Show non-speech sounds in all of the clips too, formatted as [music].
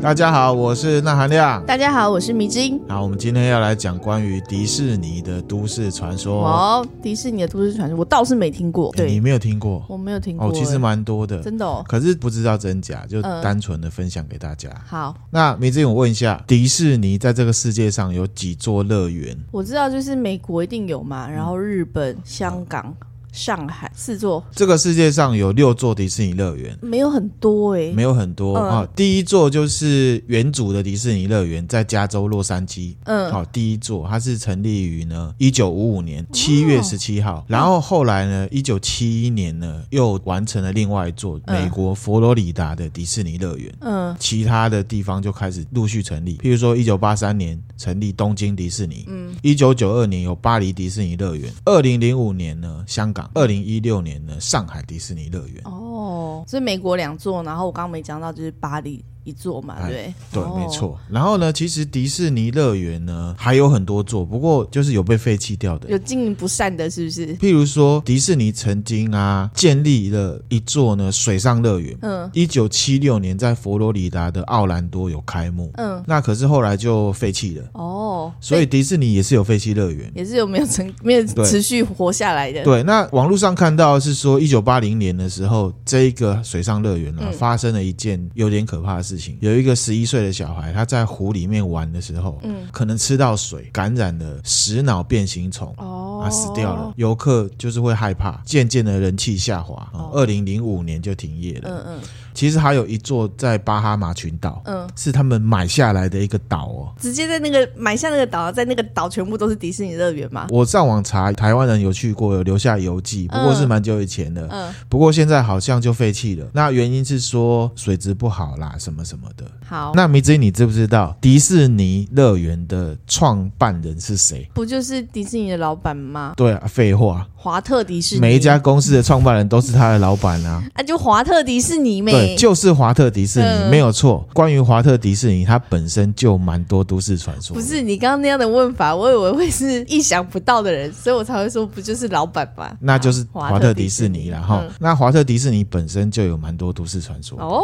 大家好，我是纳含亮。大家好，我是迷之音。好，我们今天要来讲关于迪士尼的都市传说。哦，迪士尼的都市传说，我倒是没听过。诶哎你没有听过？我没有听过、哦，其实蛮多的，真的哦。可是不知道真假，就嗯单纯的分享给大家。好，那梅子颖，我问一下，迪士尼在这个世界上有几座乐园？我知道就是美国一定有嗯嘛，然后日本、香港、上海四座，这个世界上有六座迪士尼乐园。没有很多哎、没有很多嗯啊、第一座就是原主的迪士尼乐园，在加州洛杉矶。嗯，哦好、第一座它是成立于呢一九五五年七月十七号，然后后来呢，一九七一年呢又完成了另外一座嗯美国佛罗里达的迪士尼乐园。嗯其他的地方就开始陆续成立，譬如说，一九八三年成立东京迪士尼，嗯，一九九二年有巴黎迪士尼乐园，二零零五年呢香港，二零一六年呢上海迪士尼乐园。哦，所以美国两座，然后我刚刚没讲到就是巴黎一座嘛，哎对不对对？，哦没。错。然后呢，其实迪士尼乐园呢还有很多座，不过就是有被废弃掉的有。经营不善的，是不是？譬如说，迪士尼曾经啊建立了一座呢水上乐园，嗯一九七六年在佛罗里达的奥兰多有开幕，嗯，那可是后来就废弃了。哦，所以迪士尼也是有废弃乐园。也是有没有成没有对持续活下来的，对，那网络上看到的是说，一九八零年的时候，这一个水上乐园啊，嗯发生了一件有点可怕的事情。有一个十一岁的小孩，他在湖里面玩的时候，嗯可能吃到水，感染了食脑变形虫。哦啊，死掉了。，游客就是会害怕，渐渐的人气下滑。二哦零零五年就停业了。嗯嗯其实还有一座在巴哈马群岛，嗯，是他们买下来的一个岛哦。直接在那个买下那个岛，在那个岛全部都是迪士尼乐园嘛？我上网查，台湾人有去过，有留下游记，不过是蛮久以前的。嗯，不过现在好像就废弃了。那原因是说水质不好啦，什么什么的。好，那迷之，你知不知道迪士尼乐园的创办人是谁？不就是迪士尼的老板吗？对啊，废话，华特迪士尼，每一家公司的创办人都是他的老板 [laughs] 啊。啊，就华特迪士尼对，呗。就是华特迪士尼，嗯没有错。关于华特迪士尼，它本身就蛮多都市传说。不是你刚刚那样的问法，我以为会是意想不到的人，所以我才会说不就是老板吗？那就是华华特特迪迪士士尼尼了哈。嗯啊那华特迪士尼本身就有蛮多都市传说。哦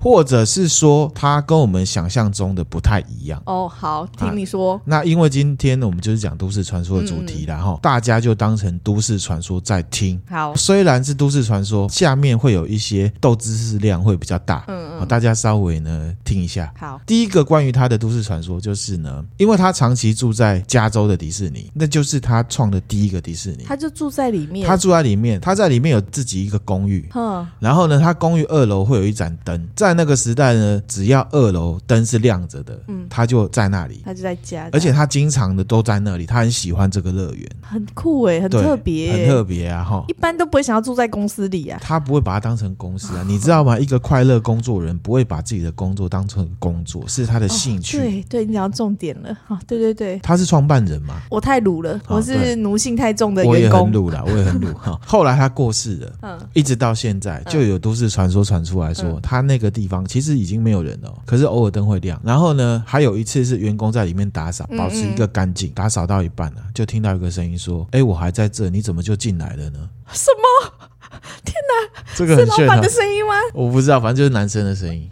或者是说它跟我们想象中的不太一样。哦，好，听你说，那因为今天呢，我们就是讲都市传说的主题嗯啦，哈、大家就当成都市传说在听。好，虽然是都市传说，下面会有一些豆知识量会比较大，嗯好嗯，大家稍微呢听一下。好，第一个关于他的都市传说就是呢，因为他长期住在加州的迪士尼，那就是他创的第一个迪士尼。他就住在里面，他住在里面，他在里面有自己一个公寓，哼，然后呢，它公寓二楼会有一盏灯，在那个时代呢，只要二楼灯是亮着的，嗯嗯，他就在那里，他就在家，而且他经常的都在那里，他很喜欢这个乐园，很酷哎，很对特别，很特，别啊哈一。般都不会想要住在公司里啊。他不会把它当成公哦司啊，你知道吗？一个快乐工作人不会把自己的工作当成工作，是他的兴趣。哦对对，你讲到重点了啊！对对对，他是创办人嘛，我太鲁了，哦我是对奴性太重的我也员很工。鲁啦，我也很鲁 [laughs] 哈。后来他过世了，嗯一直到现在，就有都市传说传出来说，他那个地方其实已经没有人了哦，可是偶尔灯会亮。然后呢，还有一次是员工在里面打扫，嗯保持一个干净。打扫到一半呢、啊，就听到一个声音说：“哎，我还在这，你怎么就进来了呢什么？？” [laughs] 这个是很老炫板哦的，声音吗？我不知道，反正就是男生的声音。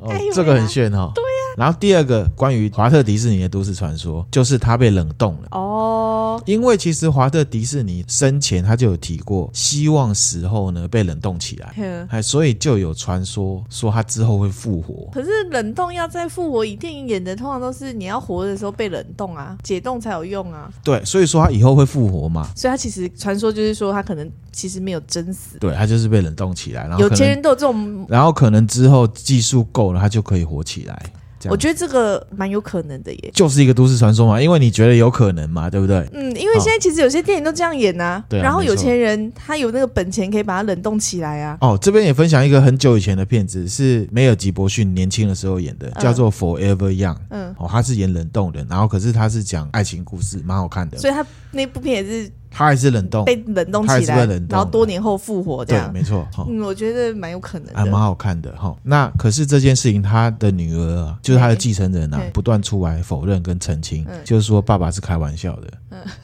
哦哎呦，这个喂啊很炫哦。对呀。然后第二个关于华特迪士尼的都市传说，就是他被冷冻了。哦，因为其实华特迪士尼生前他就有提过，希望死后呢被冷冻起来，哼哎，所以就有传说说他之后会复活。可是冷冻要再复活，以电影演的通常都是你要活的时候被冷冻啊，解冻才有用啊。对，所以说他以后会复活嘛？所以他其实传说就是说他可能其实没有真死，对，他就是被冷冻起来，然后有可钱能，人都有这种。然后可能之后技术够了，他就可以活起来。这样我觉得这个蛮有可能的耶。就是一个都市传说嘛，因为你觉得有可能嘛，对不对？嗯，因为现在其实有些电影都这样演呐、对啊然后有没错钱人他有那个本钱可以把它冷冻起来啊。哦，这边也分享一个很久以前的片子，是梅尔吉伯逊年轻的时候演的，嗯叫做《Forever Young》。嗯，哦，他是演冷冻人，然后可是他是讲爱情故事，蛮好看的。所以他那部片也是他还是冷冻，被冷冻他也起是被来冷，冻然后多年后复活这对，样。没错，哦哎嗯，我觉得蛮有可能还蛮的。好看的哈。那可是这件事情，他的女儿啊，就是他的继承人啊对，不断出来否认跟澄清嗯，就是说爸爸是开玩笑的。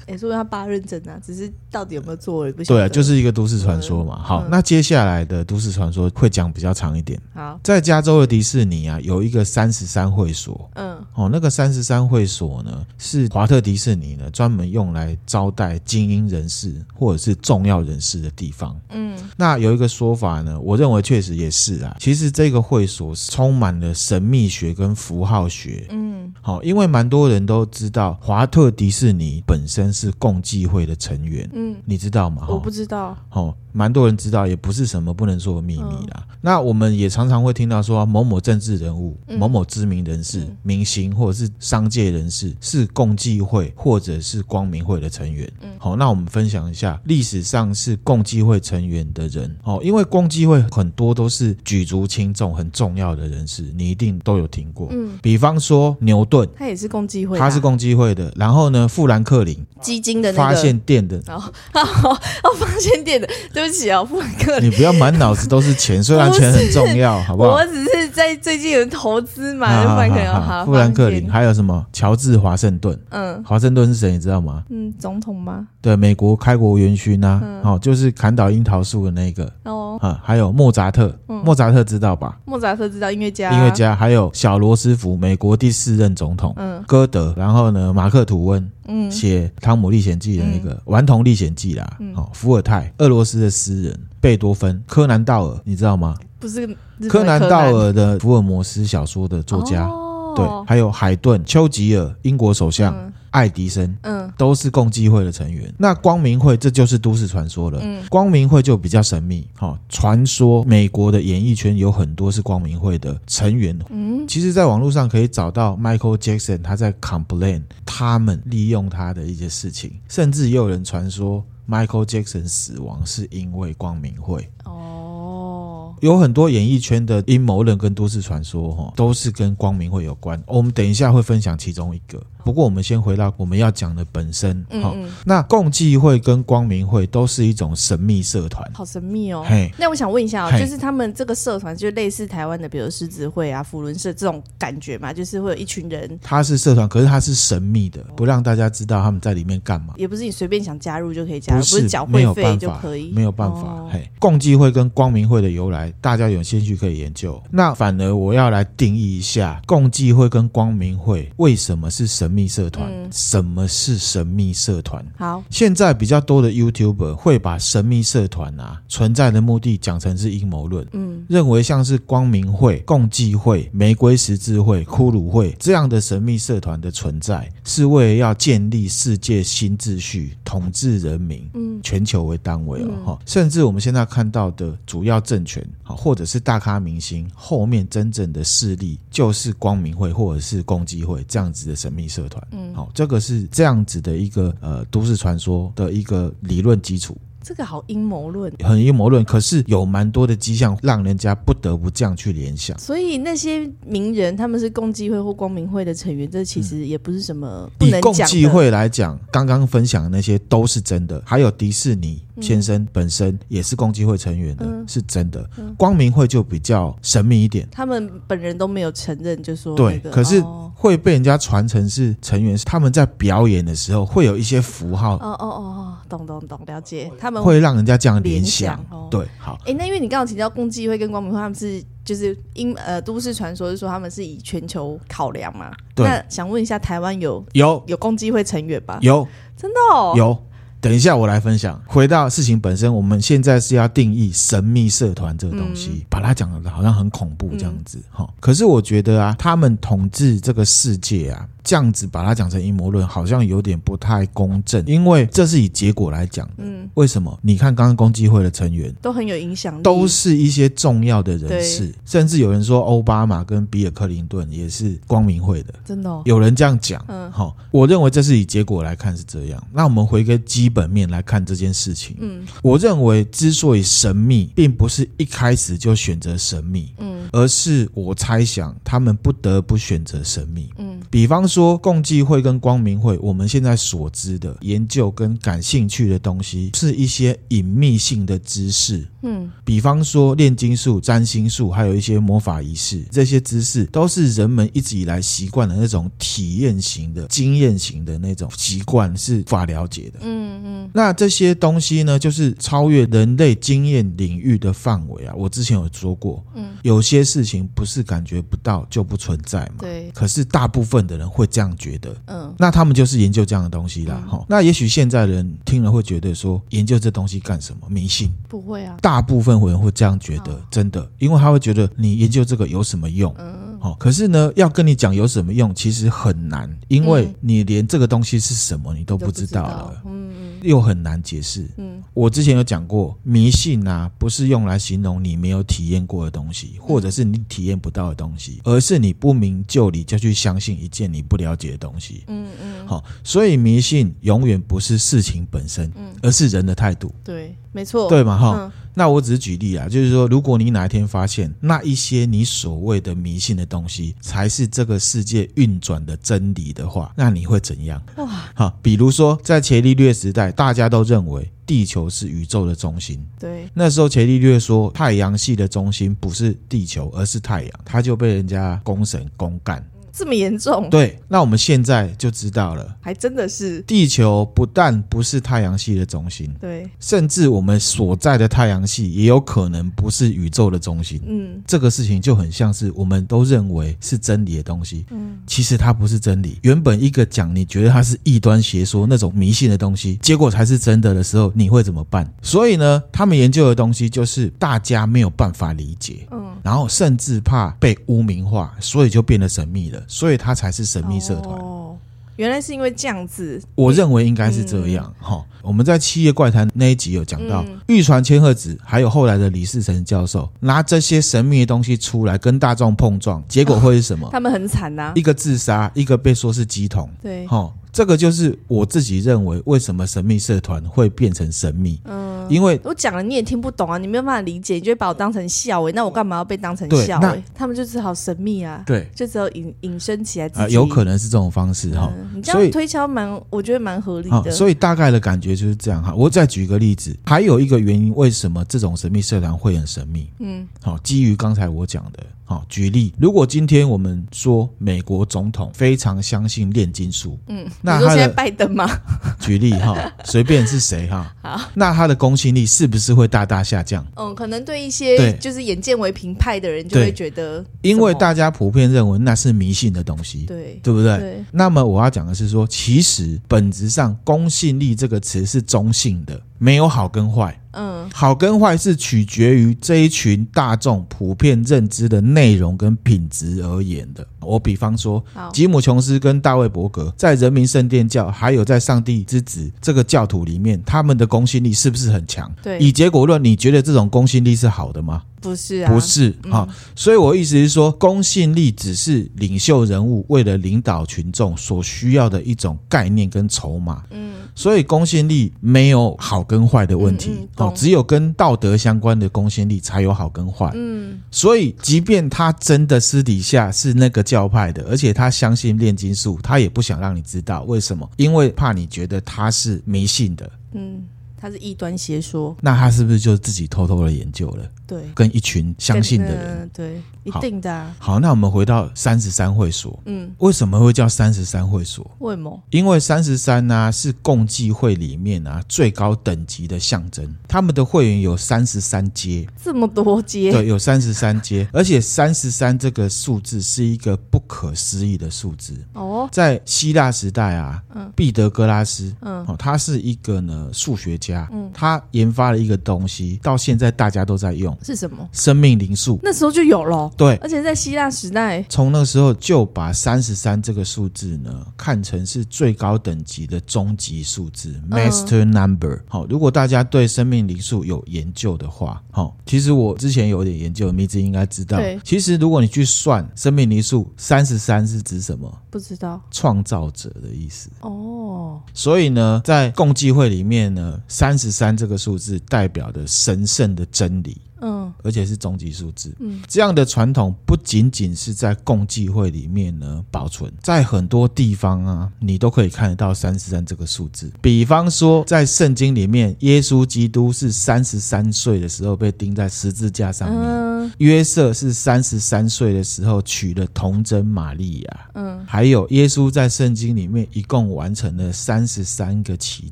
哎，说明他爸认真啊，只是到底有没有做，也不晓对啊，得。就是一个都市传说嘛。好嗯，那接下来的都市传说会讲比较长一点。好，在加州的迪士尼啊，有一个三十三会所。嗯哦，那个三十三会所呢，是华特迪士尼呢专门用来招待精英人士或者是重要人士的地方。嗯那有一个说法呢，我认为确实也是啊。其实这个会所是充满了神秘学跟符号学。嗯好、因为蛮多人都知道华特迪士尼本身是共济会的成员，嗯，你知道吗？我哦不知道。哦，蛮多人知道，也不是什么不能说的秘嗯密啦。那我们也常常会听到说，某某政治人物、嗯某某知名人士、嗯明星或者是商界人士是共济会或者是光明会的成员。嗯好，那我们分享一下历史上是共济会成员的人。哦，因为共济会很多都是举足轻重、很重要的人士，你一定都有听过。嗯，比方说牛顿，他也是共济会的啊，他是共济会的。然后呢，富兰克林基金的那个。发 [laughs] 现电的哦，哦，哦，发现店的，对不起哦，富兰 [laughs] 克林，你不要满脑子都是钱，虽然钱很重要，好不好我？只是在最近有投资嘛，好富好兰克林，哦好好，好富兰克发林，现，还有什么乔治华盛顿？嗯华盛顿是谁？你知道吗？嗯，总统吗？对，美国开国元勋呐、嗯哦，就是砍倒樱桃树的那个哦，啊，还有莫扎特，嗯莫扎特知道吧？莫扎特知道音乐家，啊音乐，家，还有小罗斯福，美国第四任总统。嗯歌德，然后呢，马克吐温嗯写《汤姆历险记》的那个《顽童历险记》啦，嗯哦，伏尔泰，俄罗斯的诗人贝多芬，柯南道尔，你知道吗？不是日本的柯南南道尔的福尔摩斯小说的作家，对，哦，还有海顿、丘吉尔、英国首相、嗯爱迪生，嗯都是共济会的成员。那光明会，这就是都市传说了。嗯光明会就比较神秘，哦，传说美国的演艺圈有很多是光明会的成员。嗯其实，在网络上可以找到 Michael Jackson 他在 complain 他们利用他的一些事情，甚至也有人传说 Michael Jackson 死亡是因为光明会。哦，有很多演艺圈的阴谋论跟都市传说，哈，都是跟光明会有关。我们等一下会分享其中一个。不过，我们先回到我们要讲的本身，嗯哈、嗯，那共济会跟光明会都是一种神秘社团，好神秘哦。嘿，那我想问一下、哦，嘿就是他们这个社团就类似台湾的，比如狮子会啊、福伦社这种感觉嘛，就是会有一群人，它是社团，可是它是神秘的，不让大家知道他们在里面干嘛。也不是你随便想加入就可以加入，不是缴没会有费办就法可以，没有办哦法。嘿，共济会跟光明会的由来，大家有兴趣可以研究。那反而我要来定义一下，共济会跟光明会为什么是神秘社团？嗯什么是神秘社团？好，现在比较多的 YouTuber 会把神秘社团啊存在的目的讲成是阴谋论，嗯认为像是光明会、共济会、玫瑰十字会、骷髅会这样的神秘社团的存在，是为了要建立世界新秩序，统治人民。嗯全球为单位哦嗯，哈、甚至我们现在看到的主要政权，好或者是大咖明星后面真正的势力，就是光明会或者是共济会这样子的神秘社团。嗯，好，这个是这样子的一个呃都市传说的一个理论基础，这个好阴谋论。很阴谋论，可是有蛮多的迹象让人家不得不这样去联想。所以那些名人他们是共济会或光明会的成员，这其实也不是什么不嗯以能共讲济的。会来讲，刚刚分享的那些都是真的，还有迪士尼先生本身也是共济会成员的，嗯是真的。光明会就比较神秘一点，他们本人都没有承认，就说对那，个可是哦会被人家传承是成员，他们在表演的时候会有一些符号，哦哦哦，懂懂懂，了解。他们会让人家这样联联想。哦。对，好，哎、那因为你刚刚有提到共济会跟光明会，他们是就是因呃都市传说是说他们是以全球考量嘛？对那想问一下，台湾有有有共济会成员吧？有真的哦，有，等一下我来分享。回到事情本身，我们现在是要定义神秘社团这个东西，嗯把它讲的好像很恐怖这样子哈、可是我觉得啊，他们统治这个世界啊，这样子把它讲成阴谋论，好像有点不太公正，因为这是以结果来讲的。嗯，为什么？你看刚刚公鸡会的成员。都很有影响力，都是一些重要的人士，甚至有人说奥巴马跟比尔·克林顿也是光明会的。真的、哦。有人这样讲，嗯好、我认为这是以结果来看是这样。那我们回个基本面来看这件事情，嗯我认为之所以神秘，并不是一开始就选择神秘，嗯而是我猜想他们不得不选择神秘。嗯比方说共济会跟光明会，我们现在所知的研究跟感兴趣的东西，是一些隐秘性的知识。嗯，比方说炼金术、占星术，还有一些魔法仪式，这些知识都是人们一直以来习惯的那种体验型的、经验型的那种习惯，是无法了解的。嗯嗯，那这些东西呢，就是超越人类经验领域的范围啊。我之前有说过，嗯，有些事情不是感觉不到就不存在嘛。对，可是大部分的人会这样觉得，嗯那他们就是研究这样的东西啦。嗯哈、那也许现在人听了会觉得说，研究这东西干什么？迷信。不会啊，大部分人会这样觉得，真的，因为他会觉得你研究这个有什么用？嗯哦，可是呢，要跟你讲有什么用，其实很难，因为嗯你连这个东西是什么你都都不知道道了，嗯又很难解释。嗯我之前有讲过，迷信啊，不是用来形容你没有体验过的东西，或者是你体验不到的东西，嗯而是你不明就里就去相信一件你不了解的东西。嗯嗯，好、所以迷信永远不是事情本身，嗯而是人的态度，对，没错，对嘛？哈、嗯那我只是举例啊，就是说，如果你哪一天发现那一些你所谓的迷信的东西才是这个世界运转的真理的话，那你会怎样？哇，哈，比如说在伽利略时代，大家都认为地球是宇宙的中心。对，那时候伽利略说，太阳系的中心不是地球，而是太阳，他就被人家公审公干。这么严重，对，那我们现在就知道了，还真的是，地球不但不是太阳系的中心，对，甚至我们所在的太阳系也有可能不是宇宙的中心。嗯这个事情就很像是我们都认为是真理的东西，嗯，其实它不是真理。原本一个讲你觉得它是异端邪说那种迷信的东西，结果才是真的的时候，你会怎么办？所以呢，他们研究的东西就是大家没有办法理解。嗯，然后甚至怕被污名化，所以就变得神秘了，所以它才是神秘社团。哦，原来是因为这样子，我认为应该是这样哈、齁我们在《七夜怪谈》那一集有讲到嗯，玉传千鹤子还有后来的李世成教授拿这些神秘的东西出来跟大众碰撞，结果会是什么？ [laughs] 他们很惨呐哦一，哦个自杀，一个被说是鸡桶。对，哈、这个就是我自己认为为什么神秘社团会变成神秘，嗯。因为。我讲了你也听不懂啊，你没有办法理解，你就会把我当成笑诶、那我干嘛要被当成对笑那诶、他们就只好神秘啊，对就只有引引申起来自己。啊、有可能是这种方式哈、嗯你这所以样推敲蛮，我觉得蛮合理好、的。所以大概的感觉就是这样哈。我再举一个例子，还有一个原因，为什么这种神秘社团会很神秘？嗯好、基于刚才我讲的，好、举例，如果今天我们说美国总统非常相信炼金术，嗯，那你说他现在的拜登吗？ [laughs] 举例哈、随便是谁哈、好那他的公信力是不是会大大下降？嗯，可能对一对些就是眼见为凭派的人就对会觉得，因为大家普遍认为那是迷信的东西，对对不对？对那么我要讲的是说，其实本质上公信力这个词是中性的，没有好跟坏。嗯好跟坏是取决于这一群大众普遍认知的内容跟品质而言的。我比方说，好吉姆·琼斯跟大卫·伯格在人民圣殿教还有在上帝之子这个教徒里面，他们的公信力是不是很强？对以结果论，你觉得这种公信力是好的吗？不是啊不是啊、所以我意思是说，公信力只是领袖人物为了领导群众所需要的一种概念跟筹码。嗯所以公信力没有好跟坏的问题，嗯嗯哦懂，只有跟道德相关的公信力才有好跟坏。嗯所以，即便他真的私底下是那个教派的，而且他相信炼金术，他也不想让你知道为什么，因为怕你觉得他是迷信的。嗯，他是异端邪说，那他是不是就自己偷偷的研究了，对，跟一群相信的人？嗯对，一好定的啊，好，那我们回到三十三会所，嗯，为什么会叫三十三会所？为什么？因为三十三呢是共济会里面啊最高等级的象征，他们的会员有三十三阶，这么多阶，对，有三十三阶，而且三十三这个数字是一个不可思议的数字。哦，在希腊时代啊，嗯毕德哥拉斯，嗯哦，他是一个呢数学家，嗯他研发了一个东西，到现在大家都在用是什么？生命灵数，那时候就有了，哦对，而且在希腊时代，从那时候就把三十三这个数字呢看成是最高等级的终极数字、m a s t e r Number）。好，如果大家对生命灵数有研究的话，好，其实我之前有点研究，米子应该知道对。其实如果你去算生命灵数，三十三是指什么？不知道创造者的意思。哦，所以呢，在共济会里面呢，三十三这个数字代表的神圣的真理。嗯而且是终极数字。嗯这样的传统不仅仅是在共济会里面呢保存，在很多地方啊，你都可以看得到三十三这个数字。比方说，在圣经里面，耶稣基督是三十三岁的时候被钉在十字架上面，嗯约瑟是三十三岁的时候娶了童贞玛利亚。嗯还有，耶稣在圣经里面一共完成了三十三个奇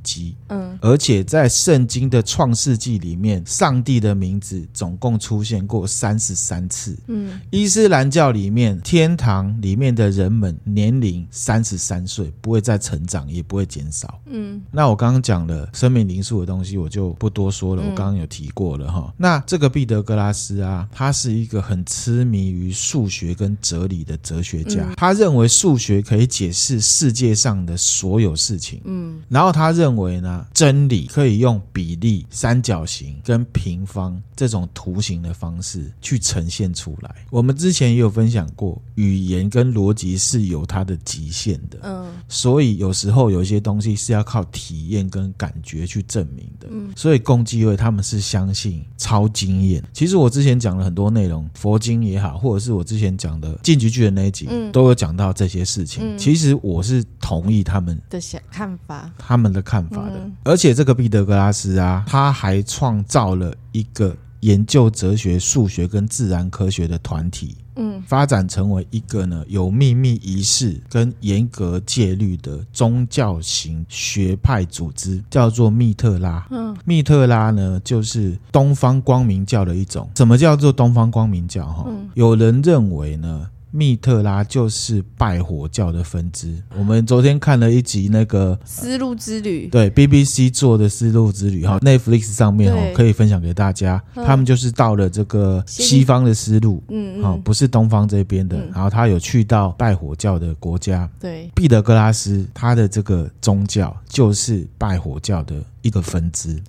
迹。嗯而且在圣经的创世纪里面，上帝的名字总共出现过三十三次。嗯伊斯兰教里面，天堂里面的人们年龄三十三岁，不会再成长，也不会减少。嗯那我刚刚讲了生命灵数的东西，我就不多说了。嗯我刚刚有提过了哈。那这个毕德哥拉斯啊，他是一个很痴迷于数学跟哲理的哲学家，嗯他认为数学可以解释世界上的所有事情。嗯然后他认为呢，真理可以用比例、三角形跟平方这种图形的方式去呈现出来。我们之前也有分享过，语言跟逻辑是有它的极限的，嗯所以有时候有一些东西是要靠体验跟感觉去证明的。嗯所以共济会他们是相信超经验。其实我之前讲了很多内容，佛经也好，或者是我之前讲的进局剧的那一集，嗯都有讲到这些事情。嗯其实我是同意他们的想看法，他们的看法的。嗯而且这个毕德格拉斯啊，他还创造了一个研究哲学、数学跟自然科学的团体，嗯发展成为一个呢有秘密仪式跟严格戒律的宗教型学派组织，叫做密特拉。嗯密特拉呢，就是东方光明教的一种。什么叫做东方光明教？哈、嗯有人认为呢，密特拉就是拜火教的分支。我们昨天看了一集那个丝路之旅，对 BBC 做的《丝路之旅》哈，Netflix 上面哈对可以分享给大家。嗯他们就是到了这个西西方的丝路，嗯哈，嗯不是东方这边的嗯。然后他有去到拜火教的国家，对，毕德哥拉斯他的这个宗教就是拜火教的一个分支。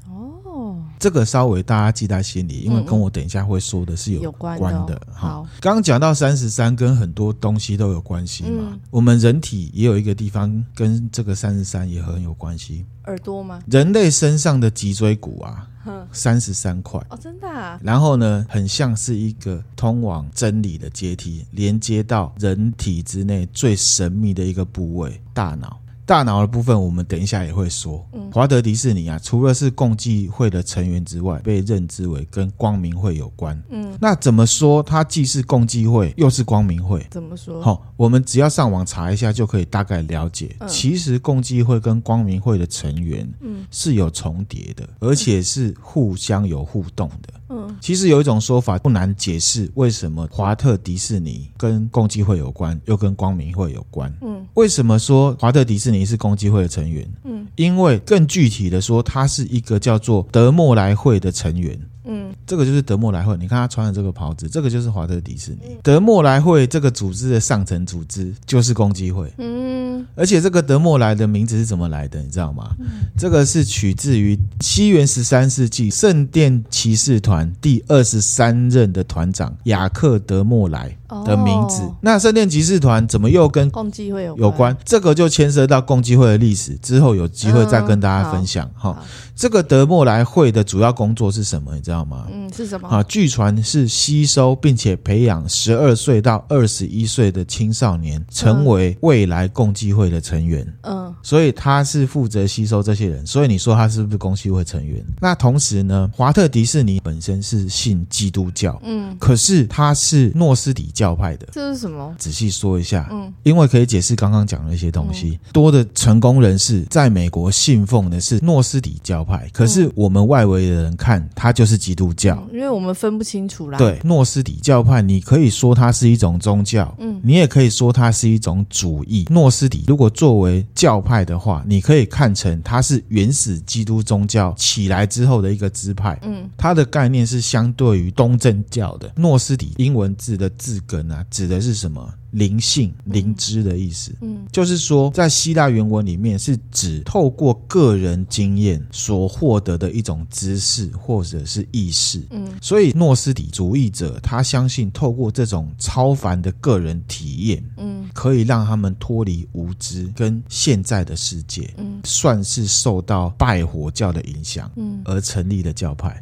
哦，这个稍微大家记在心里，因为嗯嗯跟我等一下会说的是有有关关的的哦，哈好，刚刚讲到三十三跟很多东西都有关系嘛，嗯我们人体也有一个地方跟这个三十三也很有关系。耳朵吗？人类身上的脊椎骨啊，哼，三十三块。哦，真的啊，然后呢，很像是一个通往真理的阶梯，连接到人体之内最神秘的一个部位——大脑。大脑的部分，我们等一下也会说。嗯华德迪士尼啊，除了是共济会的成员之外，被认知为跟光明会有关。嗯，那怎么说？它既是共济会，又是光明会。怎么说？好、我们只要上网查一下就可以大概了解。嗯其实共济会跟光明会的成员嗯是有重叠的，而且是互相有互动的。嗯其实有一种说法不难解释，为什么华特迪士尼跟共济会有关，又跟光明会有关？嗯为什么说华特迪士尼是共济会的成员？嗯因为更具体的说，他是一个叫做德莫莱会的成员。嗯这个就是德莫莱会，你看他穿的这个袍子，这个就是华特迪士嗯尼。德莫莱会这个组织的上层组织就是共济会，嗯而且这个德莫莱的名字是怎么来的，你知道吗？这个是取自于西元十三世纪圣殿骑士团第二十三任的团长雅克德莫莱的名字。哦那圣殿骑士团怎么又跟共济会有有关？这个就牵涉到共济会的历史，之后有机会再跟大嗯家分享哈、好这个德莫莱会的主要工作是什么？你知道吗？嗯，是什么？啊，据传是吸收并且培养十二岁到二十一岁的青少年，成为未来共济会的成员。嗯所以他是负责吸收这些人，所以你说他是不是共济会成员？那同时呢，华特迪士尼本身是信基督教，嗯，可是他是诺斯底教派的。这是什么？仔细说一下，嗯因为可以解释刚刚讲的一些东西。多的成功人士在美国信奉的是诺斯底教派，可是嗯我们外围的人看他就是基督教。嗯因为我们分不清楚啦。，对，诺斯底教派，你可以说它是一种宗教，嗯你也可以说它是一种主义。诺斯底如果作为教派的话，你可以看成它是原始基督宗教起来之后的一个支派。嗯它的概念是相对于东正教的诺斯底英文字的字根啊，指的是什么？灵性、灵知的意思。嗯就是说，在希腊原文里面是指透过个人经验所获得的一种知识或者是意识。嗯所以诺斯底主义者他相信，透过这种超凡的个人体验，嗯可以让他们脱离无知跟现在的世界，嗯算是受到拜火教的影响嗯而成立的教派。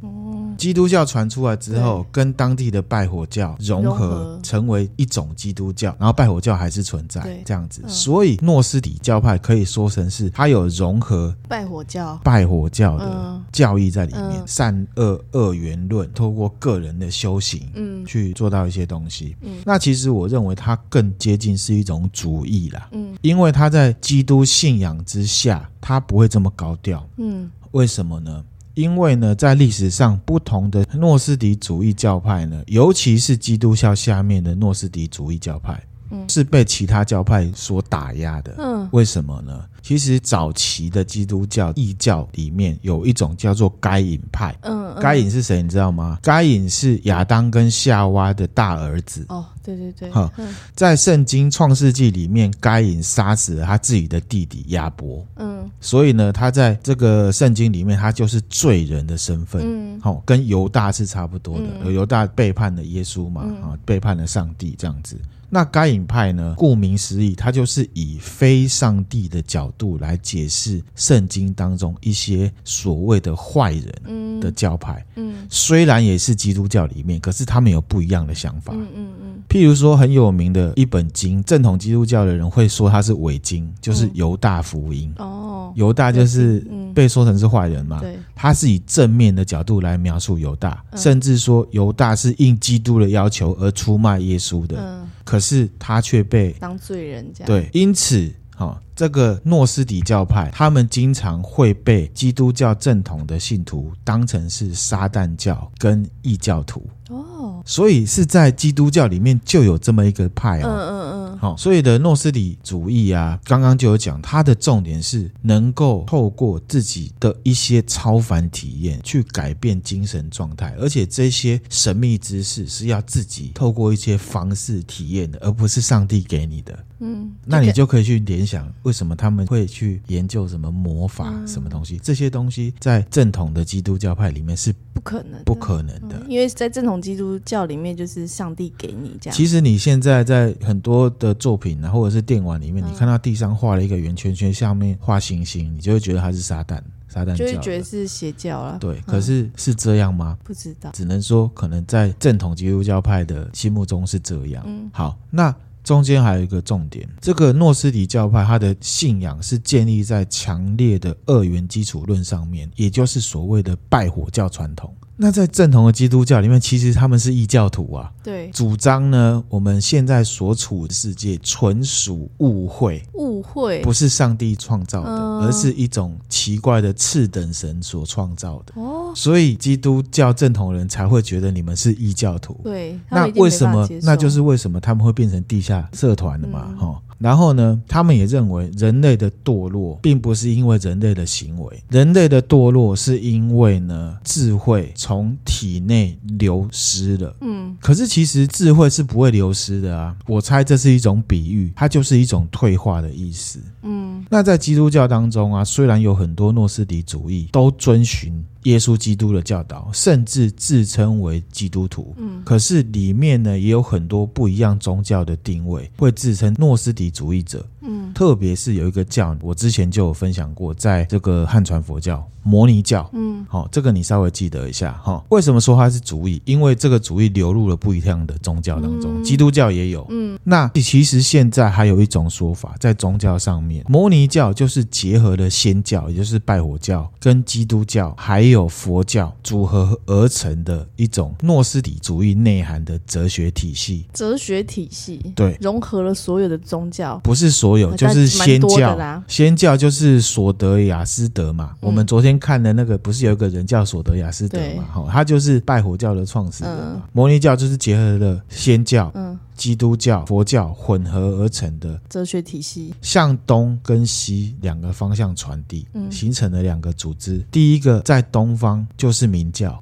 基督教传出来之后，跟当地的拜火教融融合合，成为一种基督教，然后拜火教还是存在对这样子。嗯所以诺斯底教派可以说成是它有融合拜火教，拜火教的嗯教义在里面，嗯善恶二元论，透过个人的修行，嗯去做到一些东西。嗯那其实我认为它更接近是一种主义啦，嗯因为它在基督信仰之下，它不会这么高调。嗯为什么呢？因为呢，在历史上不同的诺斯底主义教派呢，尤其是基督教下面的诺斯底主义教派，嗯是被其他教派所打压的。嗯为什么呢？其实早期的基督教异教里面有一种叫做该隐派。嗯，该隐是谁？你知道吗？该隐是亚当跟夏娃的大儿子。哦，对对对，哈嗯在圣经创世纪里面，该隐杀死了他自己的弟弟亚伯，嗯所以呢，他在这个圣经里面，他就是罪人的身份。嗯好、跟犹大是差不多的。嗯犹大背叛了耶稣嘛，啊、嗯背叛了上帝这样子。那该隐派呢？顾名思义，它就是以非上帝的角度来解释圣经当中一些所谓的坏人嗯的教派。嗯虽然也是基督教里面，可是他们有不一样的想法。嗯嗯嗯譬如说，很有名的一本经，正统基督教的人会说它是伪经，就是嗯犹大福音。哦，犹大就是嗯被说成是坏人嘛，对，他是以正面的角度来描述犹大，嗯甚至说犹大是应基督的要求而出卖耶稣的，嗯，可是他却被当罪人这样，对，因此。好、这个诺斯底教派，他们经常会被基督教正统的信徒当成是撒旦教跟异教徒，哦，所以是在基督教里面就有这么一个派嗯哦。嗯嗯好、所以的诺斯底主义啊，刚刚就有讲，它的重点是能够透过自己的一些超凡体验去改变精神状态，而且这些神秘知识是要自己透过一些方式体验的，而不是上帝给你的。嗯，那你跟就可以去联想，为什么他们会去研究什么魔法、嗯什么东西？这些东西在正统的基督教派里面是不可能的，不可能的。嗯因为在正统基督教里面，就是上帝给你这样，其实你现在在很多的作品啊，或者是电玩里面，嗯你看到地上画了一个圆圈圈，下面画星星，你就会觉得它是撒旦，撒旦就会教觉得的。是邪教啦。对，嗯可是是这样吗？不知道，只能说可能在正统基督教派的心目中是这样。嗯好，那中间还有一个重点，这个诺斯底教派它的信仰是建立在强烈的二元基础论上面，也就是所谓的拜火教传统。那在正统的基督教里面，其实他们是异教徒啊。对，主张呢，我们现在所处的世界纯属误会，误会不是上帝创造的，嗯而是一种奇怪的次等神所创造的。哦，所以基督教正统人才会觉得你们是异教徒。对，他那们一定为没什办法么接？受那就是为什么他们会变成地下社团了嘛？嗯哈、然后呢，他们也认为人类的堕落并不是因为人类的行为，人类的堕落是因为呢智慧从体内流失了。嗯可是其实智慧是不会流失的啊，我猜这是一种比喻，它就是一种退化的意思。嗯那在基督教当中啊，虽然有很多诺斯底主义都遵循耶稣基督的教导，甚至自称为基督徒，嗯可是里面呢也有很多不一样宗教的定位，会自称诺斯底主义者。嗯特别是有一个教，我之前就有分享过，在这个汉传佛教摩尼教，嗯好、这个你稍微记得一下哈、为什么说它是主义？因为这个主义流入了不一样的宗教当中，嗯基督教也有。嗯那其实现在还有一种说法，在宗教上面，摩尼教就是结合了仙教，也就是拜火教跟基督教还有佛教组合而成的一种诺斯底主义内涵的哲学体系。哲学体系，对融合了所有的宗教，不是所有，呃就是先蛮多的教啦。嗯先教就是索德雅斯德嘛。我们昨天看的那个，不是有一个人叫索德雅斯德对嘛？哈、他就是拜火教的创始人啊嘛嗯。摩尼教就是结合了先教、嗯，基督教、佛教混合而成的，哲学体系，向东跟西两个方向传递，嗯形成了两个组织。第一个在东方就是明教，